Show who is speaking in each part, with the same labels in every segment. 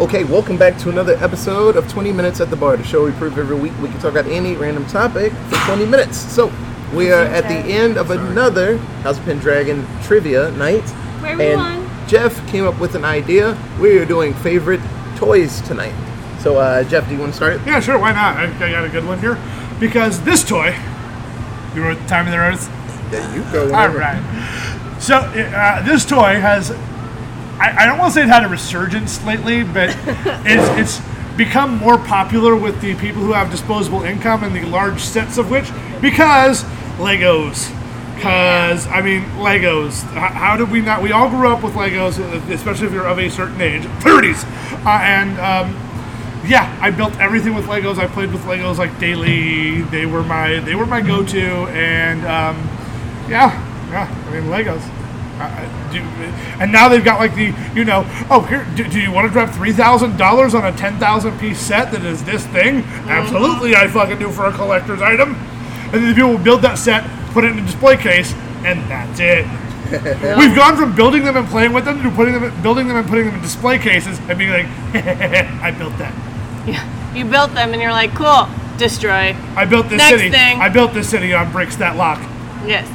Speaker 1: Okay, welcome back to another episode of 20 Minutes at the Bar, the show we prove every week we can talk about any random topic for 20 minutes. So, we are at the end of another House of Pendragon trivia night.
Speaker 2: Where we
Speaker 1: and
Speaker 2: won.
Speaker 1: Jeff came up with an idea. We are doing favorite toys tonight. So, uh, Jeff, do you want to start?
Speaker 3: Yeah, sure, why not? I, I got a good one here. Because this toy, you wrote the time of the earth?
Speaker 1: Yeah, you go.
Speaker 3: All
Speaker 1: whenever.
Speaker 3: right. So uh, this toy has, I, I don't want to say it had a resurgence lately, but it's, it's become more popular with the people who have disposable income and the large sets of which, because Legos. Because, I mean, Legos. How, how did we not? We all grew up with Legos, uh, especially if you're of a certain age, 30s. Uh, and um, yeah, I built everything with Legos. I played with Legos like daily. They were my they were my go-to, and um, yeah, yeah. I mean Legos. I, I, do, and now they've got like the you know oh here do, do you want to drop three thousand dollars on a ten thousand piece set that is this thing?
Speaker 2: Mm-hmm.
Speaker 3: Absolutely, I fucking do for a collector's item. And then the people will build that set, put it in a display case, and that's it. We've gone from building them and playing with them to putting them, building them and putting them in display cases and being like, I built that.
Speaker 2: You built them and you're like, cool, destroy.
Speaker 3: I built this
Speaker 2: Next
Speaker 3: city.
Speaker 2: thing.
Speaker 3: I built this city on bricks that lock.
Speaker 2: Yes.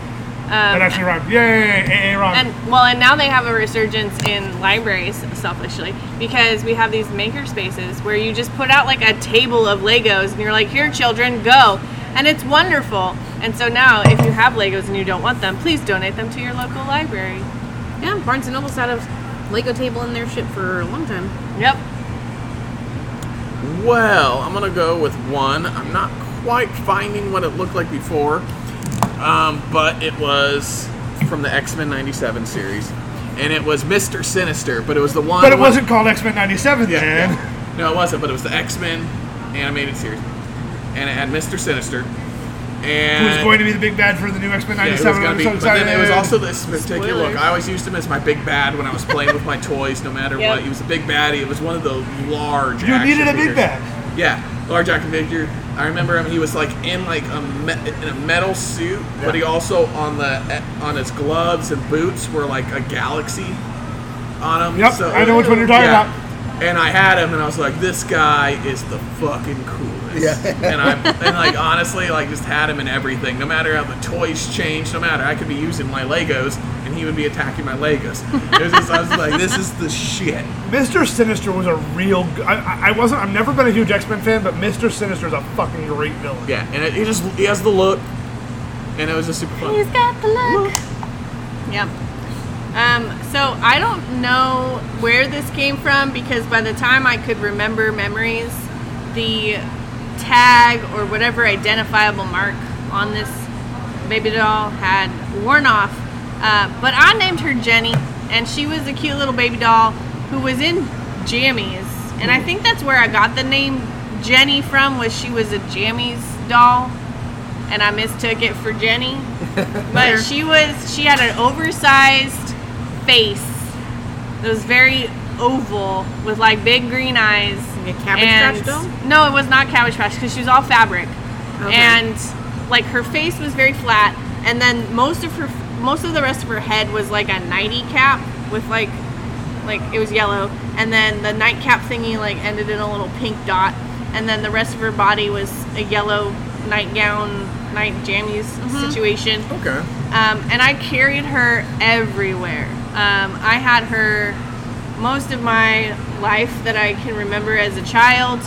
Speaker 2: Um,
Speaker 3: that actually rhymed. Yay, AA rhymed.
Speaker 2: And well, and now they have a resurgence in libraries, selfishly, because we have these maker spaces where you just put out like a table of Legos and you're like, here, children, go. And it's wonderful. And so now, if you have Legos and you don't want them, please donate them to your local library.
Speaker 4: Yeah, Barnes and Noble's had a Lego table in their ship for a long time.
Speaker 2: Yep.
Speaker 5: Well, I'm gonna go with one. I'm not quite finding what it looked like before, um, but it was from the X Men '97 series, and it was Mister Sinister. But it was the one.
Speaker 3: but it wasn't called X Men '97 then.
Speaker 5: No, it wasn't. But it was the X Men animated series, and it had Mister Sinister. And
Speaker 3: Who's going to be the big bad for the new X Men
Speaker 5: Yeah, it was
Speaker 3: '97?
Speaker 5: gonna
Speaker 3: I'm
Speaker 5: be-
Speaker 3: so
Speaker 5: but then it was
Speaker 3: excited.
Speaker 5: also this particular look.
Speaker 4: Spoilers.
Speaker 5: I always used him as my big bad when I was playing with my toys, no matter
Speaker 2: Yep.
Speaker 5: what. He was a big baddie. It was one of the large.
Speaker 3: You
Speaker 5: action
Speaker 3: needed a big
Speaker 5: figures.
Speaker 3: bag.
Speaker 5: Yeah, large action figure. I remember him. He was like in like a me- in a metal suit, but he also on the eh, on his gloves and boots were like a galaxy on him.
Speaker 3: Yep,
Speaker 5: so,
Speaker 3: I know which one you're talking
Speaker 5: yeah.
Speaker 3: about.
Speaker 5: And I had him, and I was like, "This guy is the fucking coolest."
Speaker 1: Yeah.
Speaker 5: and I and like honestly, like just had him in everything. No matter how the toys changed, no matter I could be using my Legos, and he would be attacking my Legos. It was just, I was like, "This is the shit."
Speaker 3: Mister Sinister was a real. g- I, I- I wasn't. I've never been a huge X Men fan, but Mister Sinister is a fucking great villain.
Speaker 5: Yeah, and it, he just he has the look, and it was just super fun.
Speaker 2: He's got the look. Yep. Um, so I don't know where this came from because by the time I could remember memories, the tag or whatever identifiable mark on this baby doll had worn off. Uh, but I named her Jenny, and she was a cute little baby doll who was in jammies, and I think that's where I got the name Jenny from. Was she was a jammies doll, and I mistook it for Jenny. But she was she had an oversized face that was very oval with like big green eyes.
Speaker 4: Like a Cabbage
Speaker 2: and-
Speaker 4: Patch doll?
Speaker 2: No, it was not cabbage patch because she was all fabric, and like her face was very flat, and then most of her most of the rest of her head was like a nighty cap with like like it was yellow, and then the nightcap thingy like ended in a little pink dot, and then the rest of her body was a yellow nightgown, night jammies situation.
Speaker 1: Okay.
Speaker 2: Um, and I carried her everywhere. Um, I had her most of my life that I can remember as a child.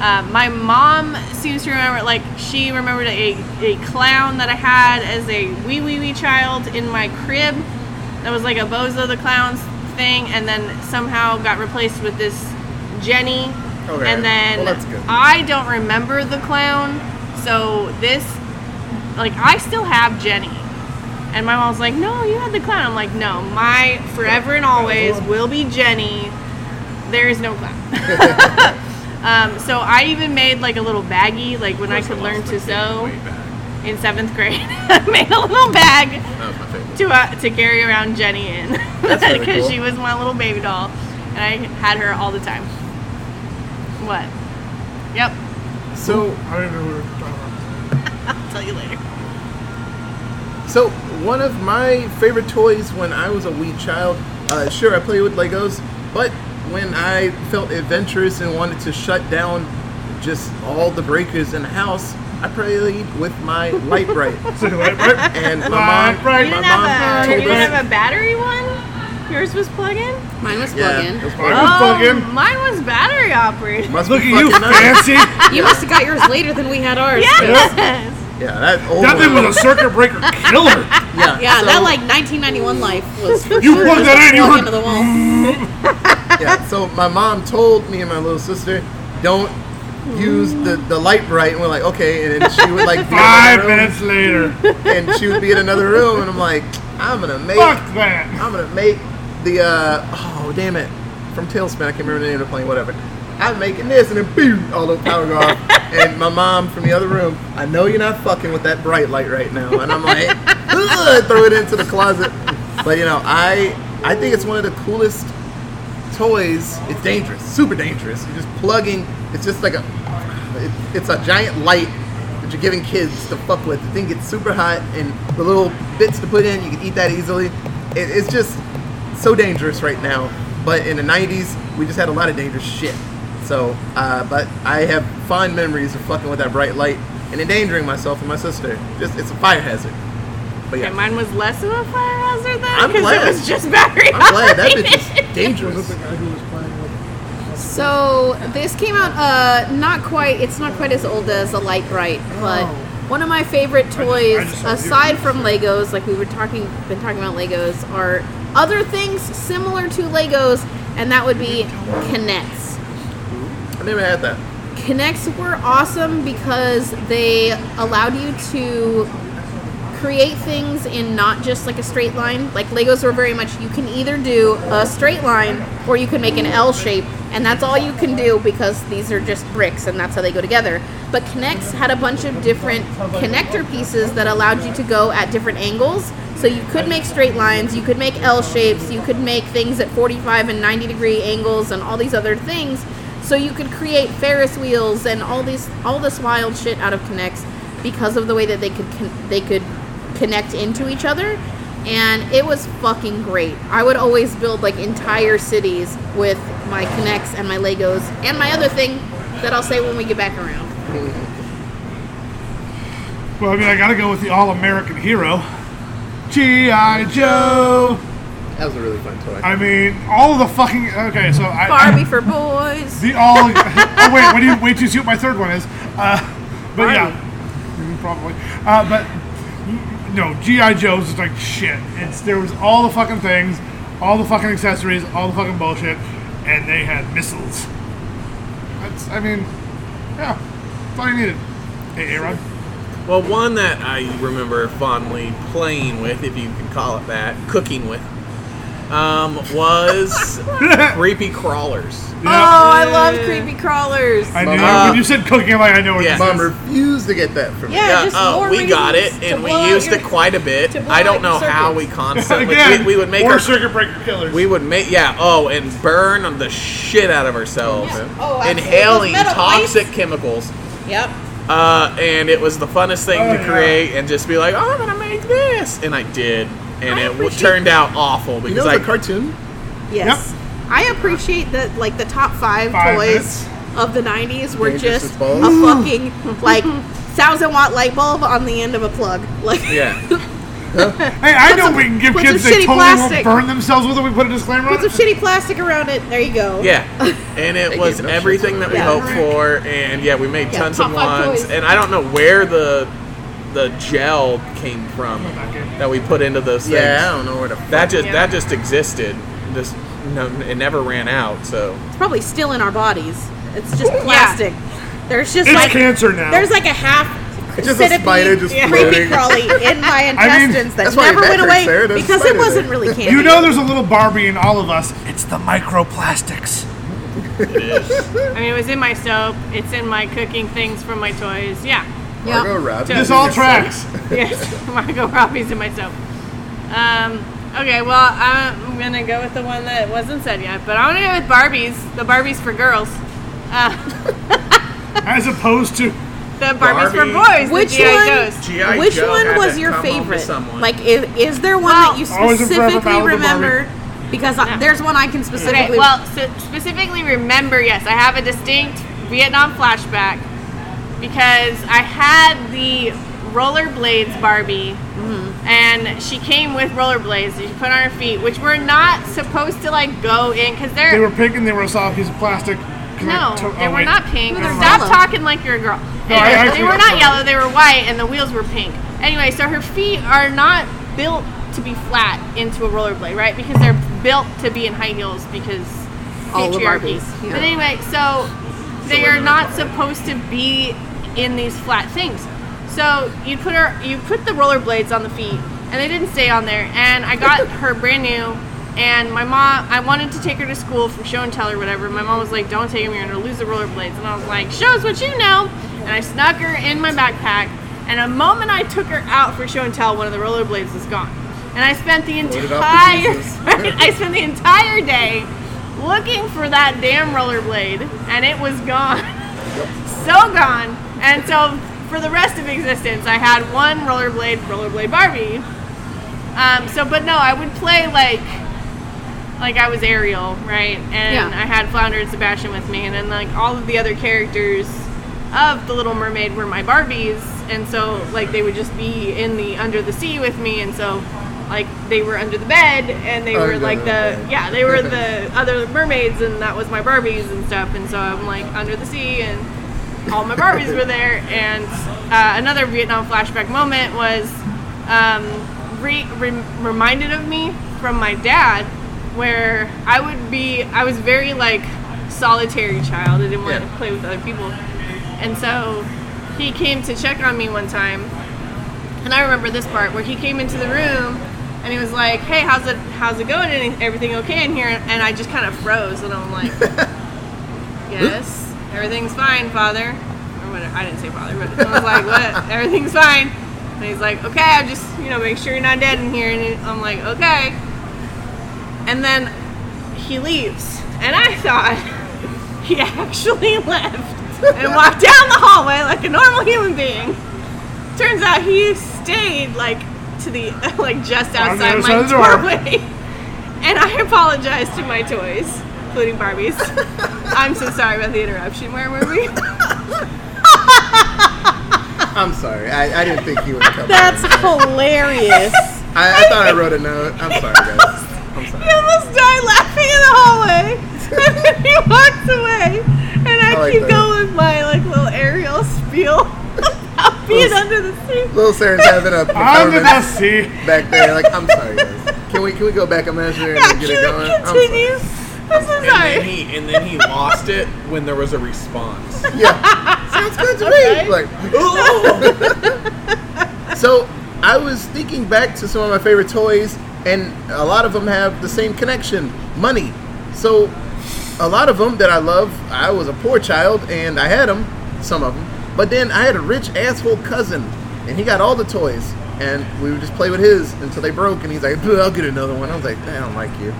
Speaker 2: Uh, my mom seems to remember, like, she remembered a, a clown that I had as a wee wee wee child in my crib that was like a Bozo the Clowns thing, and then somehow got replaced with this Jenny.
Speaker 1: Okay.
Speaker 2: And then
Speaker 1: Well, that's good.
Speaker 2: I don't remember the clown, so this like I still have Jenny. And my mom's like, no, you had the clown. I'm like, no, my forever and always will be Jenny. There is no clown. um, so I even made like a little baggie, like when I could learn to sew
Speaker 5: Way back.
Speaker 2: in seventh grade. I made a little bag
Speaker 5: That was my favorite.
Speaker 2: to uh, to carry around Jenny in because
Speaker 1: really cool.
Speaker 2: she was my little baby doll, and I had her all the time. What? Yep,
Speaker 1: So,
Speaker 3: I don't even know what we were talking about.
Speaker 2: I'll tell you later.
Speaker 1: So one of my favorite toys when I was a wee child, uh, sure I played with Legos, but when I felt adventurous and wanted to shut down just all the breakers in the house, I played with my light bright.
Speaker 3: Right, right.
Speaker 1: And my
Speaker 3: Light
Speaker 1: mom,
Speaker 3: bright.
Speaker 2: You
Speaker 1: my
Speaker 2: didn't
Speaker 1: mom
Speaker 2: have a
Speaker 1: told
Speaker 2: you didn't
Speaker 1: us-
Speaker 2: have a battery one. Yours was plug in.
Speaker 4: Mine was
Speaker 1: yeah,
Speaker 4: plug in.
Speaker 1: it was
Speaker 3: Mine
Speaker 1: probably-
Speaker 4: Um,
Speaker 3: was plug in.
Speaker 2: mine was battery operated.
Speaker 1: must be
Speaker 3: Look at you,
Speaker 1: fucking nuts.
Speaker 3: fancy.
Speaker 4: You must have got yours later than we had ours.
Speaker 2: Yes.
Speaker 1: Yeah, that old
Speaker 3: That thing
Speaker 1: one.
Speaker 3: was a circuit breaker killer.
Speaker 1: yeah,
Speaker 4: Yeah,
Speaker 1: so-
Speaker 4: that like 1991 life was for
Speaker 3: You
Speaker 4: sure
Speaker 3: plugged
Speaker 4: just
Speaker 3: that in, you heard-
Speaker 4: plug into the wall.
Speaker 1: yeah. So my mom told me and my little sister, don't use the the light bright, and we're like, okay. And then she would like be in
Speaker 3: Five
Speaker 1: another
Speaker 3: minutes later.
Speaker 1: room, and she would be in another room, and I'm like, I'm gonna make,
Speaker 3: Fuck that.
Speaker 1: I'm gonna make the uh, oh damn it, from Tailspin, I can't remember the name of the plane, whatever. I'm making this, and then boom, all the power go off. And my mom from the other room, I know you're not fucking with that bright light right now, and I'm like, Ugh, throw it into the closet. But you know, I I think it's one of the coolest toys it's dangerous super dangerous you're just plugging it's just like a it, it's a giant light that you're giving kids to fuck with the thing gets super hot and the little bits to put in you can eat that easily it, it's just so dangerous right now but in the 90s we just had a lot of dangerous shit so uh, but i have fond memories of fucking with that bright light and endangering myself and my sister just it's a fire hazard but yeah
Speaker 2: Okay, mine was less of a fire hazard then
Speaker 1: I'm
Speaker 2: because
Speaker 1: glad.
Speaker 2: it was just battery
Speaker 1: i'm glad that
Speaker 2: operated.
Speaker 1: bitch is dangerous
Speaker 4: So this came out uh not quite it's not quite as old as a light bright, but one of my favorite toys
Speaker 3: I just saw you.
Speaker 4: aside from Legos, like we were talking been talking about Legos, are other things similar to Legos, and that would be Kinects.
Speaker 1: i never had that
Speaker 4: Connects were awesome because they allowed you to create things in not just like a straight line. Like Legos were very much you can either do a straight line or you can make an L shape, and that's all you can do because these are just bricks and that's how they go together. But Connects had a bunch of different connector pieces that allowed you to go at different angles. So you could make straight lines, you could make L shapes, you could make things at 45 and 90 degree angles and all these other things. So you could create Ferris wheels and all these all this wild shit out of Connects because of the way that they could con- they could connect into each other and it was fucking great. I would always build like entire cities with my Connects and my Legos and my other thing that I'll say when we get back around.
Speaker 3: Well, I mean, I gotta go with the all-American hero, G.I. Joe.
Speaker 1: that was a really fun toy
Speaker 3: I mean, all the fucking. Okay, so I.
Speaker 4: Barbie for boys.
Speaker 3: The all. oh wait, what do you wait till you see what my third one is? Uh, but yeah, Mm, probably. Uh, but mm, no, GI Joe's is like shit. It's there was all the fucking things, all the fucking accessories, all the fucking bullshit, and they had missiles. That's. I mean, yeah, that's all you needed. Hey, Aaron.
Speaker 5: Well, one that I remember fondly playing with, if you can call it that, cooking with, um, was creepy crawlers.
Speaker 3: Yeah.
Speaker 4: Oh,
Speaker 2: I love creepy crawlers.
Speaker 3: I knew
Speaker 1: Uh,
Speaker 3: when you said cooking, I'm like, I know what this
Speaker 5: yeah.
Speaker 1: Mom
Speaker 3: is.
Speaker 1: refused to get that from me.
Speaker 2: Yeah, just
Speaker 5: uh,
Speaker 2: more
Speaker 5: we got it,
Speaker 2: reasons to
Speaker 5: and we
Speaker 2: blow out
Speaker 5: used
Speaker 2: your-
Speaker 5: it quite a bit.
Speaker 2: to blow
Speaker 5: I
Speaker 2: out
Speaker 5: don't
Speaker 2: your
Speaker 5: know how we
Speaker 2: circuits.
Speaker 5: constantly
Speaker 3: Again,
Speaker 5: we, we would make
Speaker 3: more
Speaker 5: our,
Speaker 3: circuit breaker killers.
Speaker 5: we would make yeah oh and burn the shit out of ourselves,
Speaker 4: Oh, absolutely.
Speaker 5: inhaling
Speaker 4: Those metal
Speaker 5: toxic chemicals.
Speaker 4: Yep.
Speaker 5: Uh, and it was the funnest thing
Speaker 3: Oh,
Speaker 5: to
Speaker 3: yeah.
Speaker 5: create, and just be like, oh, I'm gonna make this, and I did, and
Speaker 4: I
Speaker 5: it w-
Speaker 4: appreciate
Speaker 5: turned out awful
Speaker 1: You
Speaker 5: because
Speaker 1: know
Speaker 5: I
Speaker 1: the cartoon?
Speaker 4: Yes. I appreciate that like the top five,
Speaker 3: Five
Speaker 4: toys
Speaker 3: minutes.
Speaker 4: of the nineties were
Speaker 1: Dangerous
Speaker 4: just
Speaker 1: with balls.
Speaker 4: a fucking like thousand watt light bulb on the end of a plug. Like
Speaker 5: yeah
Speaker 3: Hey, I know we can give
Speaker 4: put some
Speaker 3: kids that
Speaker 4: shitty
Speaker 3: totally
Speaker 4: plastic.
Speaker 3: won't burn themselves with it. We put a disclaimer
Speaker 4: put
Speaker 3: on
Speaker 4: some
Speaker 3: it.
Speaker 4: shitty plastic around it. There you go.
Speaker 5: yeah, and
Speaker 1: They
Speaker 5: it was
Speaker 1: gave no shits
Speaker 5: everything
Speaker 1: about
Speaker 5: that we
Speaker 4: it.
Speaker 5: hoped for, and yeah, we made
Speaker 4: Yeah,
Speaker 5: tons
Speaker 4: top
Speaker 5: of
Speaker 4: five
Speaker 5: ones,
Speaker 4: toys.
Speaker 5: and I don't know where the the gel came from
Speaker 3: Okay.
Speaker 5: that we put into those things.
Speaker 1: Yeah, I don't know where to.
Speaker 5: That just
Speaker 2: Yeah.
Speaker 5: that just existed. Just no, it never ran out. So
Speaker 4: It's probably still in our bodies. It's just plastic. There's just
Speaker 3: It's
Speaker 4: like
Speaker 3: cancer now.
Speaker 4: There's like a half.
Speaker 1: It's just a
Speaker 4: centipede
Speaker 1: spider just
Speaker 4: creepy
Speaker 1: floating.
Speaker 4: crawly in my intestines that
Speaker 1: that's why
Speaker 4: never
Speaker 1: your
Speaker 4: went
Speaker 1: back
Speaker 4: away
Speaker 1: hurts, Sarah. There's a
Speaker 4: because it
Speaker 1: spider
Speaker 4: wasn't
Speaker 1: there.
Speaker 4: really candy.
Speaker 3: You know there's a little Barbie in all of us. It's the microplastics.
Speaker 5: it is.
Speaker 2: I mean, it was in my soap. It's in my cooking things from my toys. Yeah.
Speaker 4: Yep.
Speaker 1: Margot Robbie.
Speaker 3: This
Speaker 2: This
Speaker 3: all tracks.
Speaker 2: Yes, Margot Robbie's in my soap. Um, okay, well, I'm gonna go with the one that wasn't said yet, but I'm gonna go with Barbies. The Barbies for girls. Uh,
Speaker 3: As opposed to
Speaker 2: the Barbies for
Speaker 5: Barbie.
Speaker 2: boys. the
Speaker 4: Which
Speaker 2: G.I.
Speaker 4: one?
Speaker 2: Joes.
Speaker 5: G.I.
Speaker 4: Which
Speaker 5: Joe
Speaker 4: one
Speaker 5: had
Speaker 4: was
Speaker 5: to
Speaker 4: your
Speaker 5: come home to
Speaker 4: favorite?
Speaker 5: someone.
Speaker 4: Like, is, is there one that you
Speaker 3: Always and forever
Speaker 4: specifically
Speaker 3: Malibu
Speaker 4: remember because I,
Speaker 2: No.
Speaker 4: there's one I can
Speaker 2: Okay,
Speaker 4: specifically.
Speaker 2: well, so specifically remember, yes, I have a distinct Vietnam flashback because I had the rollerblades Barbie,
Speaker 4: Mm-hmm.
Speaker 2: and she came with rollerblades that she put on her feet, which were not supposed to like go in because they're
Speaker 3: They were pink and they were a solid piece of plastic. 'Cause I
Speaker 2: no,
Speaker 3: to-
Speaker 2: they
Speaker 3: oh,
Speaker 2: were
Speaker 3: wait.
Speaker 2: not pink.
Speaker 4: No, they're
Speaker 2: Stop
Speaker 4: yellow.
Speaker 2: talking like you're a girl.
Speaker 3: No, I
Speaker 2: Anyway, they
Speaker 3: actually-
Speaker 2: were not yellow, they were white, and the wheels were pink. Anyway, so her feet are not built to be flat into a rollerblade, right? Because they're built to be in high heels because
Speaker 4: All the
Speaker 2: patriarchy.
Speaker 4: Barbies, yeah.
Speaker 2: But anyway, so they are not supposed to be in these flat things. So you put her, you put the rollerblades on the feet, and they didn't stay on there. And I got her brand new, and my mom, I wanted to take her to school from show and tell or whatever. My mom was like, "Don't take them, you're gonna lose the rollerblades." And I was like, "Shows what you know." And I snuck her in my backpack. And the moment I took her out for show and tell, one of the rollerblades was gone. And I spent the
Speaker 1: Loaded up with
Speaker 2: entire
Speaker 1: pieces.
Speaker 2: I spent the entire day looking for that damn rollerblade, and it was gone. so gone. And so, for the rest of existence, I had one rollerblade, rollerblade Barbie. Um, so, but no, I would play like, like I was Ariel, right? And
Speaker 4: Yeah.
Speaker 2: I had Flounder and Sebastian with me, and then like all of the other characters of the Little Mermaid were my Barbies, and so like they would just be in the under the sea with me, and so like they were under the bed, and they were
Speaker 1: Under
Speaker 2: like
Speaker 1: the
Speaker 2: the
Speaker 1: bed.
Speaker 2: yeah they were the other mermaids, and that was my Barbies and stuff, and so I'm like under the sea and all my Barbies were there. And uh, another Vietnam flashback moment was um, re- rem- reminded of me from my dad, where I would be, I was very like solitary child. I didn't want
Speaker 1: Yeah.
Speaker 2: to play with other people. And so he came to check on me one time. And I remember this part where he came into the room and he was like, "Hey, how's it how's it going? And everything okay in here?" And I just kind of froze and I'm like, Yes, everything's fine, father. Or whatever. I didn't say father, but I was like, what? Everything's fine. And he's like, okay, I'm just, you know, make sure you're not dead in here. And I'm like, okay. And then he leaves. And I thought he actually left and walked down the hallway like a normal human being. Turns out he stayed like to the, like just
Speaker 3: the
Speaker 2: outside
Speaker 3: other
Speaker 2: my
Speaker 3: side of the door.
Speaker 2: doorway. And I apologize to my toys, including Barbies. I'm so sorry about the interruption. Where were we?
Speaker 1: I'm sorry. I, I didn't think you would come.
Speaker 4: that's hilarious.
Speaker 1: I, I thought I wrote a note. I'm sorry, guys. I'm
Speaker 2: He
Speaker 1: sorry.
Speaker 2: almost died laughing in the hallway. And then he walks away. And I,
Speaker 1: I like
Speaker 2: keep
Speaker 1: that.
Speaker 2: going with my like little aerial spiel about being
Speaker 1: Oof.
Speaker 2: under the sea.
Speaker 1: Little Saren's having a
Speaker 3: Under the
Speaker 1: performance
Speaker 3: sea.
Speaker 1: back there. Like, I'm sorry, guys. Can we can we go back imaginary
Speaker 2: Yeah,
Speaker 1: and
Speaker 2: can
Speaker 1: get it going?
Speaker 2: we
Speaker 1: I'm sorry.
Speaker 2: continue? I'm so
Speaker 5: And then
Speaker 2: sorry.
Speaker 5: he and then he lost it when there was a response.
Speaker 1: Yeah. Sounds good to
Speaker 2: Okay.
Speaker 1: me. Like,
Speaker 2: Oh.
Speaker 1: ooh. so I was thinking back to some of my favorite toys, and a lot of them have the same connection money. So a lot of them that I love, I was a poor child and I had them, some of them. But then I had a rich asshole cousin, and he got all the toys. And we would just play with his until they broke, and he's like, "Bleh, I'll get another one. I was like, I don't like you.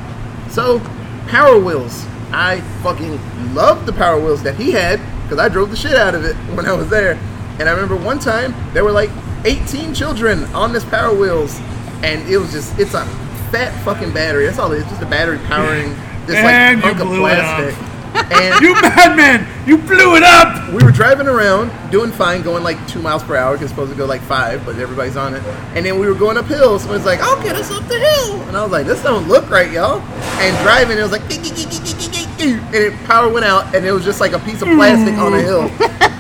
Speaker 1: So, Power Wheels. I fucking loved the Power Wheels that he had because I drove the shit out of it when I was there. And I remember one time there were like 18 children on this Power Wheels, and it was just, it's a fat fucking battery. That's all it is, just a battery powering this
Speaker 3: And you
Speaker 1: like hunk of
Speaker 3: blew it up.
Speaker 1: plastic. And
Speaker 3: You madman! You blew it up!
Speaker 1: we were driving around, doing fine, going like two miles per hour. 'cause it's supposed to go like five, but everybody's on it. And then we were going up hills. Someone's like, "I'll get us up the hill," and I was like, "This don't look right, y'all." And driving, it was like, "Geek, geek, geek, geek, geek, geek, geek," and it power went out, and it was just like a piece of plastic on a hill,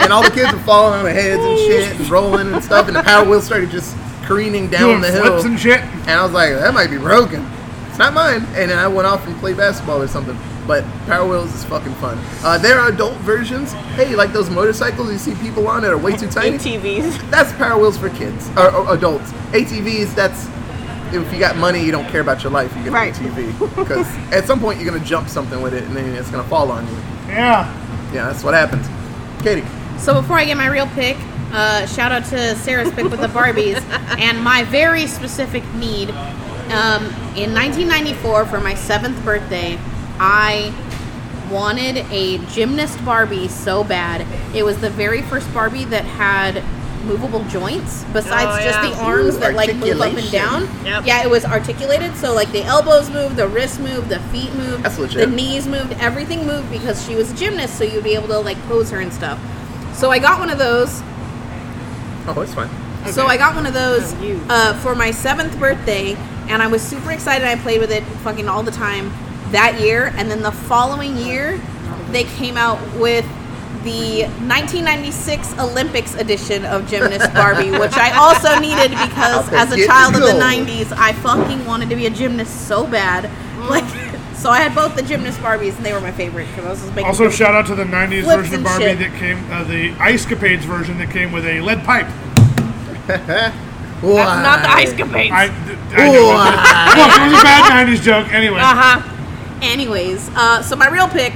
Speaker 1: and all the kids were falling on their heads and shit, and rolling and stuff, and the power wheel started just careening down
Speaker 3: Doing
Speaker 1: the hill.
Speaker 3: flips and shit.
Speaker 1: And I was like, that might be broken. It's not mine. And then I went off and played basketball or something. But Power Wheels is fucking fun. Uh, there are adult versions. Hey, like those motorcycles you see people on that are way too tiny.
Speaker 2: ATVs.
Speaker 1: That's Power Wheels for kids or, or adults. ATVs, that's if you got money, you don't care about your life. You get
Speaker 2: Right.
Speaker 1: an ATV because at some point you're gonna jump something with it and then it's gonna fall on you.
Speaker 3: Yeah.
Speaker 1: Yeah, that's what happens. Katie,
Speaker 4: so before I get my real pick, uh, shout out to Sarah's pick with the Barbies and my very specific need. Um, in 1994, for my seventh birthday, I wanted a gymnast Barbie so bad. It was the very first Barbie that had movable joints
Speaker 2: Oh,
Speaker 4: besides just
Speaker 2: yeah.
Speaker 4: the arms
Speaker 1: Ooh,
Speaker 4: that like move up and
Speaker 1: articulation.
Speaker 4: down.
Speaker 2: Yep.
Speaker 4: Yeah, it was articulated, so like the elbows moved, the wrists moved, the feet moved,
Speaker 1: That's legit.
Speaker 4: the knees moved, everything moved because she was a gymnast, so you'd be able to like pose her and stuff. So I got one of those.
Speaker 1: Oh, it's fine.
Speaker 4: So I got one of those
Speaker 2: Oh, you.
Speaker 4: uh, for my seventh birthday, and I was super excited. I played with it fucking all the time that year, and then the following year, they came out with the 1996 Olympics edition of Gymnast Barbie, which I also needed because
Speaker 1: Up
Speaker 4: as a
Speaker 1: and
Speaker 4: child of the
Speaker 1: go.
Speaker 4: 90s, I fucking wanted to be a gymnast so bad. Like, so I had both the Gymnast Barbies, and they were my favorite because I was just making
Speaker 3: Also, shout out to the '90s
Speaker 4: Flips
Speaker 3: version of
Speaker 4: and
Speaker 3: Barbie
Speaker 4: shit.
Speaker 3: that came, uh, the Ice Capades version that came with a lead pipe.
Speaker 1: Why?
Speaker 2: That's not the ice capades.
Speaker 3: I, th- I know it was- look, it was a bad '90s joke. Anyway,
Speaker 2: uh huh.
Speaker 4: Anyways, uh, so my real pick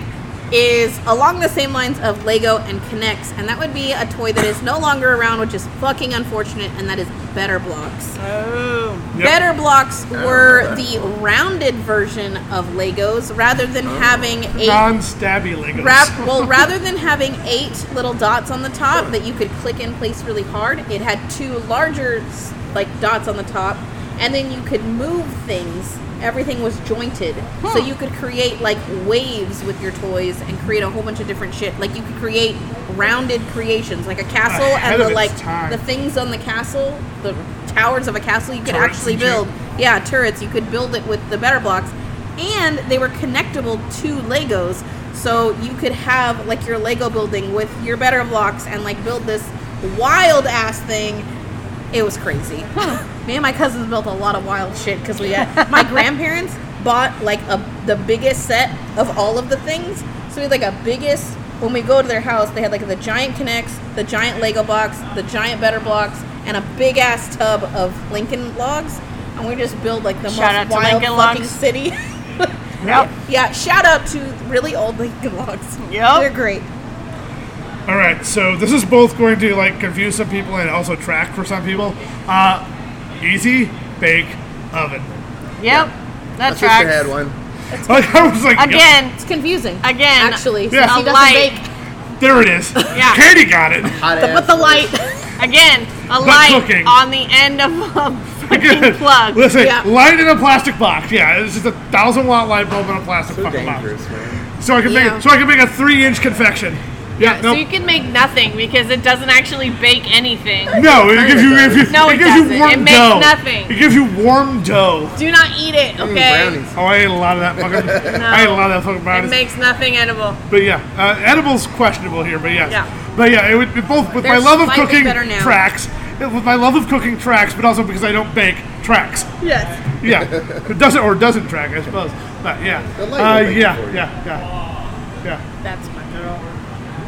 Speaker 4: is along the same lines of Lego and Kinex, and that would be a toy that is no longer around, which is fucking unfortunate, and that is Better Blocks.
Speaker 2: Oh.
Speaker 3: Yep.
Speaker 4: Better Blocks
Speaker 1: don't
Speaker 4: were
Speaker 1: know
Speaker 4: the rounded version of Legos rather than having eight.
Speaker 3: non-stabby Legos.
Speaker 4: Ra- well, rather than having eight little dots on the top that you could click and place really hard, it had two larger s- like dots on the top, and then you could move things. Everything was jointed, so you could create like waves with your toys and create a whole bunch of different shit. Like you could create rounded creations, like a castle
Speaker 3: Ahead
Speaker 4: and
Speaker 3: of
Speaker 4: the
Speaker 3: its
Speaker 4: like
Speaker 3: time.
Speaker 4: the things on the castle, the towers of a castle. You could
Speaker 3: Turrets
Speaker 4: actually
Speaker 3: and shit.
Speaker 4: build, yeah, turrets. You could build it with the better blocks, and they were connectable to Legos, so you could have like your Lego building with your better blocks and like build this wild ass thing. It was crazy. Me and my cousins built a lot of wild shit because we had my grandparents bought like a the biggest set of all of the things. So we had like a biggest when we go to their house, they had like the giant connects, the giant Lego box, the giant better blocks, and a big ass tub of Lincoln logs. And we just build like the
Speaker 2: Shout out
Speaker 4: most
Speaker 2: to
Speaker 4: wild
Speaker 2: Lincoln
Speaker 4: fucking
Speaker 2: Logs.
Speaker 4: city.
Speaker 3: Yep.
Speaker 4: yeah, shout out to really old Lincoln logs.
Speaker 2: Yep.
Speaker 4: They're great.
Speaker 3: All right, so this is both going to like confuse some people and also track for some people. Uh, easy bake oven.
Speaker 2: Yep.
Speaker 1: My
Speaker 2: That
Speaker 1: sister had
Speaker 2: tracks.
Speaker 1: one.
Speaker 3: Like I was like, yep,
Speaker 2: Again,
Speaker 4: It's confusing.
Speaker 2: Again,
Speaker 4: actually,
Speaker 3: Yeah.
Speaker 4: since he
Speaker 2: the
Speaker 4: doesn't
Speaker 2: light.
Speaker 4: bake,
Speaker 3: there it is.
Speaker 2: Yeah.
Speaker 3: Katie got it.
Speaker 1: Hot
Speaker 4: the,
Speaker 1: ass
Speaker 4: but
Speaker 1: was-
Speaker 4: the light.
Speaker 2: again, a light
Speaker 3: cooking.
Speaker 2: on the end of a fucking
Speaker 3: Again,
Speaker 2: plug.
Speaker 3: Listen,
Speaker 4: Yeah.
Speaker 3: light in a plastic box. Yeah, it's just a thousand watt light bulb in a plastic
Speaker 1: So
Speaker 3: fucking box.
Speaker 1: dangerous, man.
Speaker 3: So I can
Speaker 4: Yeah.
Speaker 3: make so I can make a three inch confection. Yeah,
Speaker 2: So you can make nothing because it doesn't actually bake anything.
Speaker 3: no, no, it gives you, if you
Speaker 2: No,
Speaker 3: it,
Speaker 2: it
Speaker 3: gives you
Speaker 2: doesn't.
Speaker 3: warm
Speaker 2: It makes
Speaker 3: dough.
Speaker 2: nothing.
Speaker 3: It gives you warm dough.
Speaker 2: Do not eat it,
Speaker 1: Mm,
Speaker 2: okay?
Speaker 1: brownies.
Speaker 3: Oh, I ate a lot of that fucking. I ate a lot of that fucking.
Speaker 2: It
Speaker 3: brownies.
Speaker 2: makes nothing edible.
Speaker 3: But yeah, uh, edibles questionable here, but yes.
Speaker 2: Yeah.
Speaker 3: But yeah, it would it both with
Speaker 4: They're
Speaker 3: my love of
Speaker 4: slightly
Speaker 3: cooking
Speaker 4: better now.
Speaker 3: tracks, it- with my love of cooking tracks, but also because I don't bake tracks.
Speaker 4: yes.
Speaker 3: Yeah, it doesn't or doesn't track, I suppose. But yeah,
Speaker 1: The light will
Speaker 3: uh,
Speaker 1: make it
Speaker 3: yeah,
Speaker 1: for you.
Speaker 3: yeah, yeah, yeah.
Speaker 4: That's my girl.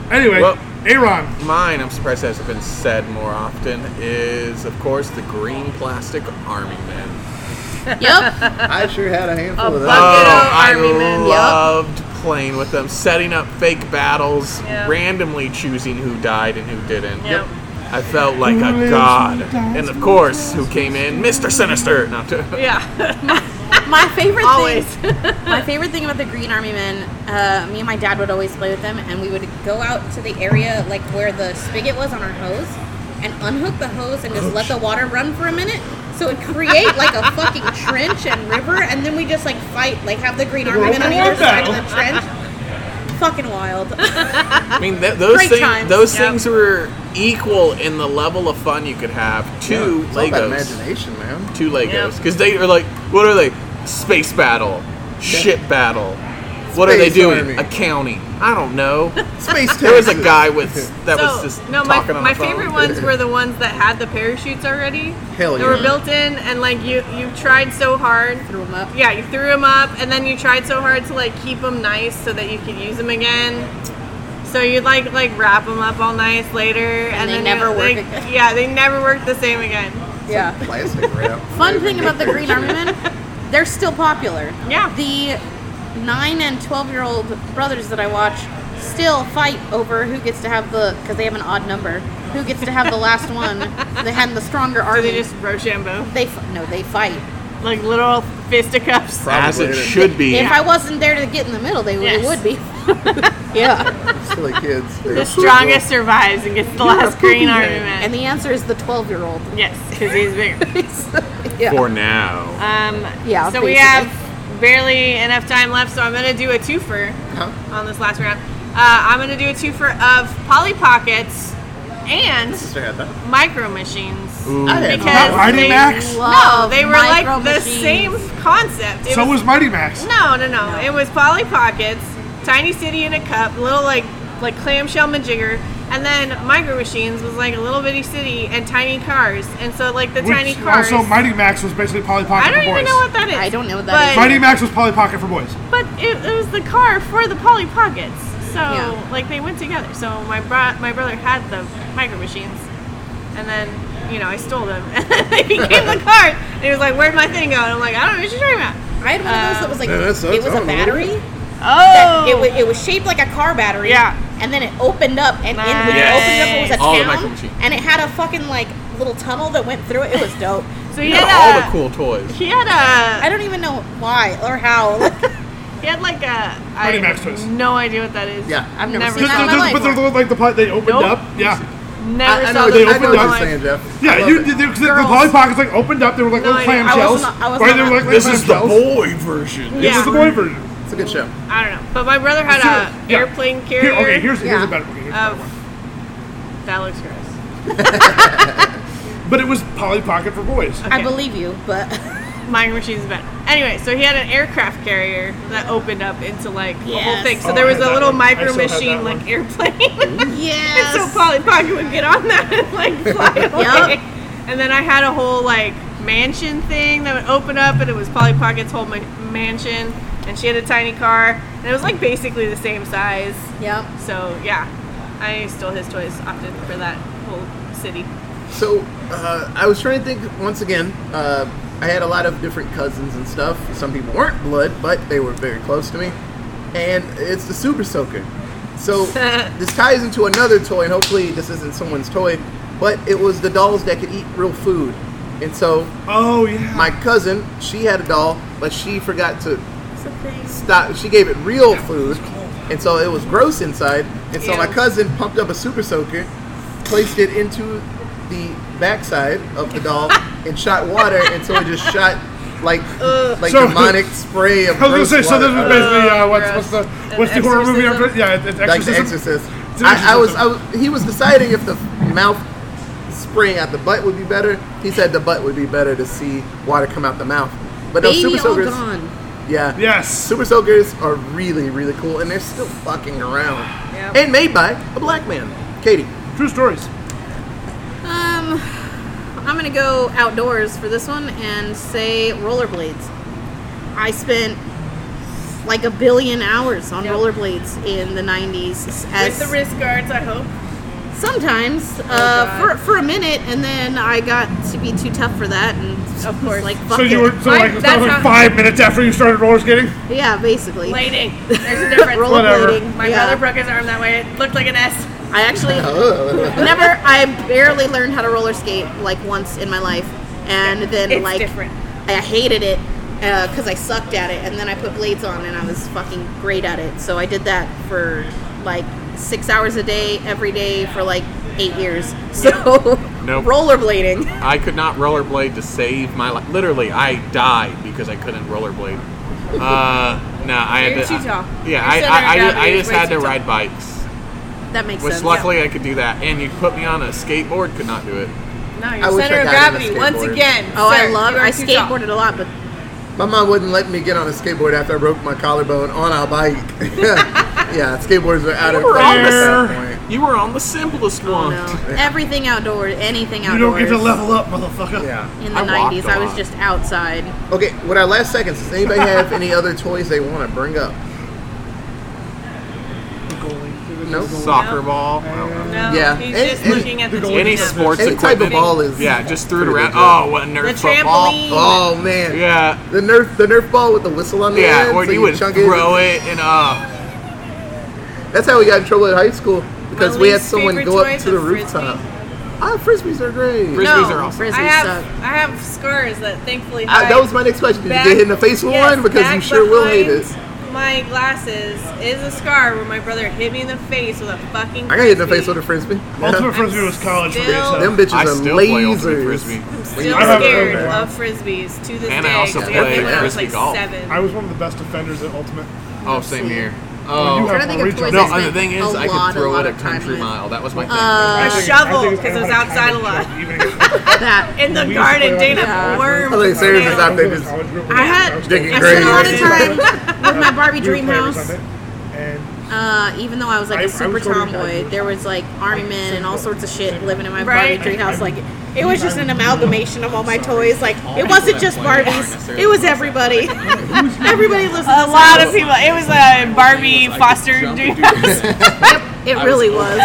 Speaker 3: Anyway,
Speaker 5: Well-
Speaker 3: Aaron,
Speaker 5: Mine, I'm surprised hasn't been said more often, is of course the green plastic army men.
Speaker 4: Yep.
Speaker 1: I sure had a handful of
Speaker 2: bucket.
Speaker 1: that.
Speaker 2: Oh,
Speaker 5: I
Speaker 2: army men, yup.
Speaker 5: loved playing with them, setting up fake battles,
Speaker 2: Yeah.
Speaker 5: randomly choosing who died and who didn't.
Speaker 2: Yep.
Speaker 5: I felt like
Speaker 3: Who lives,
Speaker 5: a
Speaker 3: who
Speaker 5: god.
Speaker 3: dies,
Speaker 5: And of
Speaker 3: who
Speaker 5: course, who came in? Mr. Sinister! Not to.
Speaker 2: Yeah.
Speaker 4: My favorite
Speaker 2: Always.
Speaker 4: thing. my favorite thing about the Green Army Men, uh, me and my dad would always play with them, and we would go out to the area like where the spigot was on our hose, and unhook the hose and just let the water run for a minute. So it would create like a fucking trench and river, and then we just like fight, like have the Green Army Men on
Speaker 3: War
Speaker 4: either side of
Speaker 3: battle.
Speaker 4: the trench. Fucking wild.
Speaker 5: I mean, th- those,
Speaker 4: Great
Speaker 5: thing-
Speaker 4: times.
Speaker 5: those
Speaker 2: Ah, Yep.
Speaker 5: things were equal in the level of fun you could have. Two
Speaker 1: It's all about
Speaker 5: Legos.
Speaker 1: imagination, man.
Speaker 5: two Legos
Speaker 2: Yeah.
Speaker 5: because they are like, what are they? Space battle, ship battle. What are they
Speaker 1: Space
Speaker 5: doing?
Speaker 1: army.
Speaker 5: Accounting. I don't know.
Speaker 1: Space
Speaker 5: There was a
Speaker 1: Texas.
Speaker 5: guy with that was just
Speaker 2: no, my,
Speaker 5: talking on
Speaker 2: my
Speaker 5: the phone.
Speaker 2: favorite ones were the ones that had the parachutes already.
Speaker 1: Hell
Speaker 2: They
Speaker 1: yeah.
Speaker 2: were built in, and like you, you tried so hard.
Speaker 4: Threw 'em up.
Speaker 2: Yeah, you threw them up, and then you tried so hard to like keep them nice so that you could use them again. So you'd like like wrap them up all nice later, and,
Speaker 4: they
Speaker 2: then
Speaker 4: never
Speaker 2: you-
Speaker 4: work
Speaker 2: like,
Speaker 4: again.
Speaker 2: Yeah, they never work the same again.
Speaker 4: Yeah.
Speaker 1: Plastic wrap.
Speaker 4: Fun thing about the Green Army Men, they're still popular.
Speaker 2: Yeah.
Speaker 4: The nine and twelve year old brothers that I watch still fight over who gets to have the because they have an odd number. Who gets to have the last one? They had the stronger
Speaker 2: Or
Speaker 4: army.
Speaker 2: they just Rochambeau,
Speaker 4: they f- no, they fight.
Speaker 2: like little fisticuffs.
Speaker 5: as
Speaker 1: Probably
Speaker 5: it
Speaker 1: later.
Speaker 5: should be.
Speaker 4: If I wasn't there to get in the middle, they really
Speaker 2: Yes.
Speaker 4: would be. yeah.
Speaker 1: Silly kids.
Speaker 2: The strongest survives and gets the last green
Speaker 4: And
Speaker 2: armament.
Speaker 4: the answer is the 12 year old.
Speaker 2: Yes, because he's bigger.
Speaker 4: Yeah.
Speaker 5: For now.
Speaker 2: Um,
Speaker 4: Yeah,
Speaker 2: So we
Speaker 4: basically.
Speaker 2: have barely enough time left, so I'm gonna do a twofer
Speaker 1: Huh?
Speaker 2: on this last round. Uh, I'm gonna do a twofer of Polly Pockets and
Speaker 1: Sister had that.
Speaker 2: Micro Machines
Speaker 5: Ooh.
Speaker 1: I had
Speaker 2: because
Speaker 3: Not Mighty
Speaker 2: they-
Speaker 3: Max.
Speaker 2: no,
Speaker 4: Love
Speaker 2: they were like
Speaker 4: micro
Speaker 2: the
Speaker 4: machines.
Speaker 2: same concept. It
Speaker 3: So was Mighty Max.
Speaker 2: no, no, no, It was Polly Pockets, Tiny City in a Cup, little like like clamshell majigger, and then Micro Machines was like a little bitty city and tiny cars, and so like the tiny
Speaker 3: Which
Speaker 2: cars.
Speaker 3: also Mighty Max was basically Polly Pocket
Speaker 2: I don't
Speaker 3: for boys.
Speaker 2: even know what that is.
Speaker 4: I don't know what
Speaker 2: but,
Speaker 4: that is.
Speaker 3: Mighty Max was Polly Pocket for boys.
Speaker 2: But it, it was the car for the Polly Pockets, so
Speaker 4: Yeah.
Speaker 2: like they went together. So my bro- my brother had the Micro Machines, and then you know I stole them, and then they became the car. And he was like, "Where'd my thing go?" And I'm like, "I don't know what you're talking about."
Speaker 4: I had one of
Speaker 2: uh,
Speaker 4: those that was like,
Speaker 1: Yeah, that sucks.
Speaker 4: it was
Speaker 1: I
Speaker 4: a
Speaker 1: don't know.
Speaker 4: battery.
Speaker 2: Oh,
Speaker 4: It, was, it was shaped like a car battery.
Speaker 2: Yeah.
Speaker 4: And then it opened up, and in, when it opened up, it was a
Speaker 2: Nice.
Speaker 5: All the micro
Speaker 4: town,
Speaker 5: machines.
Speaker 4: and it had a fucking like little tunnel that went through it. It was dope.
Speaker 2: so
Speaker 5: You
Speaker 2: he
Speaker 5: got
Speaker 2: had
Speaker 5: all
Speaker 2: a,
Speaker 5: the cool toys.
Speaker 2: He had a
Speaker 4: I don't even know why or how. Like,
Speaker 2: He had like a. I
Speaker 3: Mighty Max
Speaker 2: have
Speaker 3: toys.
Speaker 2: No idea what that is.
Speaker 1: Yeah.
Speaker 4: I've never
Speaker 2: never
Speaker 4: seen
Speaker 3: Those-
Speaker 4: that
Speaker 2: saw
Speaker 4: in my
Speaker 3: those-
Speaker 4: life.
Speaker 3: but they're the ones, like the pot they opened
Speaker 2: Nope.
Speaker 3: up. Yeah,
Speaker 2: Never
Speaker 1: I, I
Speaker 2: saw
Speaker 1: know,
Speaker 2: those.
Speaker 1: they
Speaker 3: opened
Speaker 1: I know what
Speaker 2: in my
Speaker 1: you're
Speaker 2: life.
Speaker 3: up.
Speaker 1: saying, Jeff. I
Speaker 3: yeah.
Speaker 1: love
Speaker 3: You,
Speaker 1: it.
Speaker 3: they, they, the
Speaker 4: Girls.
Speaker 3: Polly Pockets like opened up. They were like
Speaker 2: No
Speaker 3: little
Speaker 2: idea. I
Speaker 3: clamshells,
Speaker 4: was not- I was
Speaker 3: or
Speaker 4: not
Speaker 3: they were
Speaker 4: on-
Speaker 3: like little
Speaker 5: This is the
Speaker 3: clamshells.
Speaker 5: boy version.
Speaker 3: This
Speaker 2: Yeah.
Speaker 3: is the boy version.
Speaker 1: It's a good show.
Speaker 2: I don't know. But my brother had a
Speaker 3: Yeah.
Speaker 2: airplane
Speaker 3: Here,
Speaker 2: carrier.
Speaker 3: okay, here's, here's
Speaker 4: Yeah.
Speaker 3: a better okay, here's a better
Speaker 2: of,
Speaker 3: one.
Speaker 2: that looks gross.
Speaker 3: But it was Polly Pocket for boys.
Speaker 4: I believe you, but
Speaker 2: My machine's better. Anyway, so he had an aircraft carrier that opened up into like the whole
Speaker 4: Yes.
Speaker 2: thing. So
Speaker 3: Oh,
Speaker 2: there
Speaker 3: I
Speaker 2: was
Speaker 3: had
Speaker 2: a
Speaker 3: that
Speaker 2: little
Speaker 3: one. I
Speaker 2: micro
Speaker 3: still had
Speaker 2: machine
Speaker 3: that
Speaker 2: like
Speaker 3: one.
Speaker 2: airplane.
Speaker 4: yes.
Speaker 2: so Polly Pocket would get on that and like fly away.
Speaker 4: Yup.
Speaker 2: And then I had a whole like mansion thing that would open up, and it was Polly Pocket's whole ma- mansion, and she had a tiny car, and it was like basically the same size.
Speaker 4: Yep.
Speaker 2: So yeah, I stole his toys often for that whole city.
Speaker 1: So uh, I was trying to think once again. Uh, I had a lot of different cousins and stuff. Some people weren't blood, but they were very close to me. And it's the Super Soaker. So this ties into another toy, and hopefully this isn't someone's toy, but it was the dolls that could eat real food. And so
Speaker 3: Oh yeah.
Speaker 1: my cousin, she had a doll, but she forgot to stop. She gave it real food, and so it was gross inside. And so my
Speaker 2: Ew.
Speaker 1: cousin pumped up a super soaker, placed it into the backside of the doll, and shot water. And so it just shot like like
Speaker 3: So-
Speaker 1: demonic spray of
Speaker 3: I was
Speaker 1: gross
Speaker 3: gonna say, so
Speaker 1: water
Speaker 3: this was
Speaker 1: out of it.
Speaker 3: basically uh, what's,
Speaker 2: Oh, gross.
Speaker 3: what's the
Speaker 2: An
Speaker 3: what's the horror movie?
Speaker 2: exorcism?
Speaker 3: I'm, yeah, it's
Speaker 1: like the
Speaker 3: Exorcism.
Speaker 1: Exorcist.
Speaker 3: It's an
Speaker 1: I, I was,
Speaker 3: exorcism.
Speaker 1: I was, he was deciding if the mouth spraying out the butt would be better. He said the butt would be better to see water come out the mouth. But those
Speaker 4: Baby
Speaker 1: super
Speaker 4: all
Speaker 1: soakers,
Speaker 4: gone.
Speaker 1: yeah,
Speaker 3: Yes.
Speaker 1: Super Soakers are really, really cool, and they're still fucking around.
Speaker 2: Yep.
Speaker 1: And made by a black man, Katie.
Speaker 3: True stories.
Speaker 4: Um, I'm gonna go outdoors for this one and say rollerblades. I spent like a billion hours on
Speaker 2: Yep.
Speaker 4: rollerblades in the 90s as
Speaker 2: With the wrist guards, I hope.
Speaker 4: sometimes uh, for
Speaker 2: Oh, God.
Speaker 4: for a minute, and then I got to be too tough for that, and
Speaker 2: Of course.
Speaker 4: like fuck
Speaker 3: So you
Speaker 4: it.
Speaker 3: were so
Speaker 2: I-
Speaker 3: like that
Speaker 2: that's
Speaker 3: was like
Speaker 2: how-
Speaker 3: five minutes after you started roller skating.
Speaker 4: yeah, basically.
Speaker 2: Lady, there's a difference.
Speaker 3: Whatever.
Speaker 4: rollerblading.
Speaker 2: My
Speaker 4: yeah.
Speaker 2: brother broke his arm that way. It looked like an S.
Speaker 4: I actually never. I barely learned how to roller skate like once in my life, and then
Speaker 2: it's
Speaker 4: like
Speaker 2: different.
Speaker 4: I hated it because I sucked at it, and then I put blades on and I was fucking great at it. So I did that for like six hours a day, every day for like eight years. So
Speaker 5: Nope.
Speaker 4: rollerblading.
Speaker 5: I could not rollerblade to save my life. Literally, I died because I couldn't rollerblade. Uh, no, I had
Speaker 2: You're
Speaker 5: to.
Speaker 2: too tall.
Speaker 5: Yeah,
Speaker 2: Your
Speaker 5: I,
Speaker 2: center of
Speaker 5: I, I, just-
Speaker 2: gravity
Speaker 5: I
Speaker 2: is
Speaker 5: just
Speaker 2: way
Speaker 5: had
Speaker 2: too
Speaker 5: to
Speaker 2: tall.
Speaker 5: ride bikes,
Speaker 4: That makes
Speaker 5: which
Speaker 4: sense.
Speaker 5: luckily I could do that. And you put me on a skateboard, could not do it.
Speaker 2: No,
Speaker 1: I
Speaker 2: your
Speaker 1: wish I
Speaker 2: center
Speaker 1: got on
Speaker 2: of
Speaker 1: a
Speaker 2: gravity once
Speaker 1: skateboard.
Speaker 2: again.
Speaker 4: Oh,
Speaker 2: sir,
Speaker 4: I love.
Speaker 2: you are
Speaker 4: I
Speaker 2: too tall.
Speaker 4: skateboarded a lot, but
Speaker 1: My mom wouldn't let me get on a skatboard after I broke my collarbone on a bike. yeah, skateboards are out of
Speaker 5: We're on
Speaker 1: fashion
Speaker 5: the
Speaker 1: at that
Speaker 3: same.
Speaker 1: point.
Speaker 5: You were on the simplest
Speaker 4: oh
Speaker 5: one.
Speaker 4: no, everything outdoors, anything
Speaker 3: You
Speaker 4: outdoors.
Speaker 3: don't get to level up, motherfucker.
Speaker 1: Yeah.
Speaker 4: In the
Speaker 5: I walked a
Speaker 4: 90s, I was
Speaker 5: lot.
Speaker 4: just outside.
Speaker 1: Okay, with our last seconds, does anybody have any other toys they want to bring up? No.
Speaker 5: Soccer ball. I don't know.
Speaker 2: No,
Speaker 1: Yeah.
Speaker 2: he's
Speaker 1: And-
Speaker 2: just
Speaker 1: and-
Speaker 2: looking at the
Speaker 3: Any
Speaker 5: Any
Speaker 2: TV.
Speaker 5: sports
Speaker 1: Any type of
Speaker 5: equipment.
Speaker 1: ball is
Speaker 5: Yeah, just threw it
Speaker 1: pretty
Speaker 5: around.
Speaker 1: good.
Speaker 5: Oh, what a
Speaker 2: The
Speaker 5: Nerf football.
Speaker 2: trampoline.
Speaker 1: Oh man,
Speaker 5: Yeah,
Speaker 1: the Nerf, the Nerf ball with the whistle on the
Speaker 5: yeah.
Speaker 1: end,
Speaker 5: Where
Speaker 1: so
Speaker 5: you would
Speaker 1: chunk
Speaker 5: throw it and uh,
Speaker 1: That's how we got in trouble at high school because
Speaker 2: My
Speaker 1: we had
Speaker 2: least
Speaker 1: someone
Speaker 2: favorite
Speaker 1: go
Speaker 2: toy
Speaker 1: up
Speaker 2: is
Speaker 1: to the
Speaker 2: a frisbee.
Speaker 1: rooftop. Ah, frisbees are great.
Speaker 5: Frisbee- Frisbees are
Speaker 2: No,
Speaker 5: awesome.
Speaker 4: Frisbees
Speaker 2: I have
Speaker 4: suck.
Speaker 2: I have scars that thankfully.
Speaker 1: Ah,
Speaker 2: hide
Speaker 1: that was my next question. Did
Speaker 2: back-
Speaker 1: you get hit in the face with
Speaker 2: yes,
Speaker 1: one? Because you
Speaker 2: back
Speaker 1: sure will hate
Speaker 2: behind
Speaker 1: it.
Speaker 2: my glasses is a scar where my brother hit me in the face with a fucking.
Speaker 1: I got hit in the face with a frisbee.
Speaker 3: Ultimate Frisbee was college for me. So.
Speaker 1: Them bitches
Speaker 5: I
Speaker 1: are
Speaker 5: still play ultimate frisbee.
Speaker 1: lasers.
Speaker 2: Still
Speaker 3: I have-
Speaker 2: scared
Speaker 3: okay.
Speaker 2: of frisbees to this
Speaker 5: And I
Speaker 2: day.
Speaker 5: also
Speaker 2: 'cause we only
Speaker 1: played
Speaker 2: went when I was
Speaker 5: frisbee
Speaker 2: like
Speaker 5: golf.
Speaker 2: seven.
Speaker 3: I was one of the best defenders at Ultimate.
Speaker 5: Oh, same here.
Speaker 3: you
Speaker 5: Oh.
Speaker 3: have
Speaker 4: trying to think
Speaker 3: more
Speaker 4: of
Speaker 3: retail.
Speaker 4: toys
Speaker 5: No,
Speaker 4: I spent
Speaker 5: and the thing is,
Speaker 4: a
Speaker 5: I
Speaker 4: lot,
Speaker 5: could
Speaker 4: a
Speaker 5: throw
Speaker 4: lot
Speaker 5: it
Speaker 4: of
Speaker 5: at
Speaker 4: time
Speaker 5: country
Speaker 4: in.
Speaker 5: mile. That was my thing.
Speaker 3: I
Speaker 2: a
Speaker 3: think- I
Speaker 2: shovel,
Speaker 3: think it's-
Speaker 2: 'cause it was
Speaker 3: I had a
Speaker 2: outside a
Speaker 3: cabbage
Speaker 2: lot.
Speaker 3: joke, even if-
Speaker 4: That.
Speaker 2: in the
Speaker 3: We used to
Speaker 2: garden,
Speaker 3: play
Speaker 2: Dana
Speaker 3: that.
Speaker 2: had worms.
Speaker 1: I think Sarah's
Speaker 2: and
Speaker 1: is out there
Speaker 3: I was
Speaker 1: just
Speaker 3: college real
Speaker 4: I had-
Speaker 3: I was
Speaker 1: digging
Speaker 4: I spent a lot
Speaker 1: Great.
Speaker 4: of time with my
Speaker 3: We
Speaker 4: Barbie
Speaker 3: were
Speaker 4: dream
Speaker 3: players
Speaker 4: house.
Speaker 3: on it, And
Speaker 4: Uh, even though I was like
Speaker 3: I-
Speaker 4: a
Speaker 3: I was
Speaker 4: super
Speaker 3: totally
Speaker 4: tomboy,
Speaker 3: happy.
Speaker 4: there was like army men and all sorts of shit living in my
Speaker 2: Right.
Speaker 4: Barbie treehouse. Like it was just an amalgamation of all my toys. Like it wasn't just Barbies; it was everybody. everybody lives in
Speaker 2: A
Speaker 4: this
Speaker 2: lot
Speaker 4: house.
Speaker 2: of people. It was a Barbie Foster.
Speaker 4: It really was.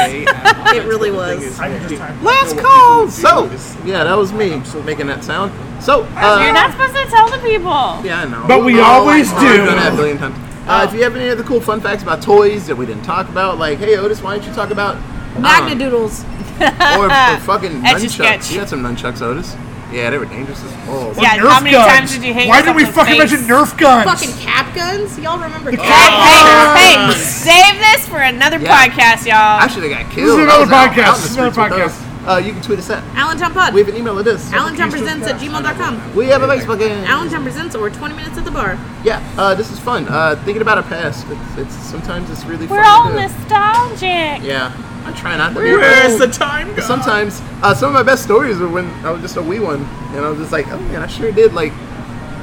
Speaker 4: It really was.
Speaker 3: I just time.
Speaker 1: Last call. Oh, So yeah, that was me making that sound. So uh,
Speaker 2: You're not supposed to tell the people.
Speaker 1: Yeah, I know.
Speaker 3: But we always
Speaker 1: I've done
Speaker 3: do.
Speaker 1: that a billion times. Uh, if you have any other cool fun facts about toys that we didn't talk about, like, hey, Otis, why don't you talk about
Speaker 3: Um,
Speaker 4: Magna doodles.
Speaker 1: or, or fucking
Speaker 2: Etch-a-sketch.
Speaker 1: nunchucks? You had some nunchucks, Otis. Yeah, they were dangerous as balls.
Speaker 2: Yeah,
Speaker 3: Nerf
Speaker 2: how many
Speaker 3: guns.
Speaker 2: times did you hit
Speaker 3: Why did we
Speaker 2: yourself in
Speaker 3: fucking
Speaker 2: the
Speaker 3: mention
Speaker 2: face?
Speaker 3: Nerf guns?
Speaker 4: Fucking cap guns. Y'all remember
Speaker 2: Hey,
Speaker 4: cap
Speaker 2: hey,
Speaker 5: Uh.
Speaker 2: hey, save this for another
Speaker 1: Yeah.
Speaker 2: podcast, y'all.
Speaker 1: I should have got killed.
Speaker 3: is
Speaker 1: I was
Speaker 3: another
Speaker 1: out-
Speaker 3: podcast.
Speaker 1: out in the
Speaker 3: This is another
Speaker 1: streets with those. Uh, you can tweet us at.
Speaker 4: Allentown
Speaker 1: We
Speaker 4: Pod.
Speaker 1: have an email address.
Speaker 4: Allentown Presents at gmail.com.
Speaker 1: We have a Facebook. And,
Speaker 4: Allentown Presents or 20 Minutes at the Bar.
Speaker 1: yeah, uh, this is fun. Uh, thinking about our past. It's, it's sometimes it's really
Speaker 2: We're
Speaker 1: fun. to
Speaker 2: all
Speaker 1: do.
Speaker 2: nostalgic.
Speaker 1: Yeah, I try not to. be old.
Speaker 5: Where's the time gone?
Speaker 1: Sometimes, uh, some of my best stories are when I was just a wee one, and I was just like, oh man, I sure did like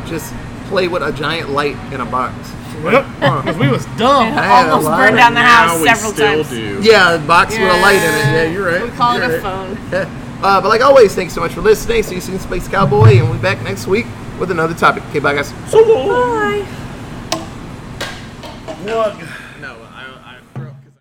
Speaker 1: just play with a giant light in a box.
Speaker 3: Yep. Because we was dumb.
Speaker 1: I had a
Speaker 2: Almost
Speaker 1: lot
Speaker 2: burned
Speaker 1: of-
Speaker 2: down the house
Speaker 5: Now we
Speaker 2: several
Speaker 5: still
Speaker 2: times.
Speaker 5: do.
Speaker 1: Yeah, a box with a light in it. Yeah, you're right.
Speaker 4: We call it
Speaker 1: You're
Speaker 4: a
Speaker 1: right.
Speaker 4: phone.
Speaker 1: Uh, but like always, thanks so much for listening. See you soon, Space Cowboy, and we'll be back next week with another topic. Okay, bye guys.
Speaker 5: So long.
Speaker 4: Bye.
Speaker 3: Look.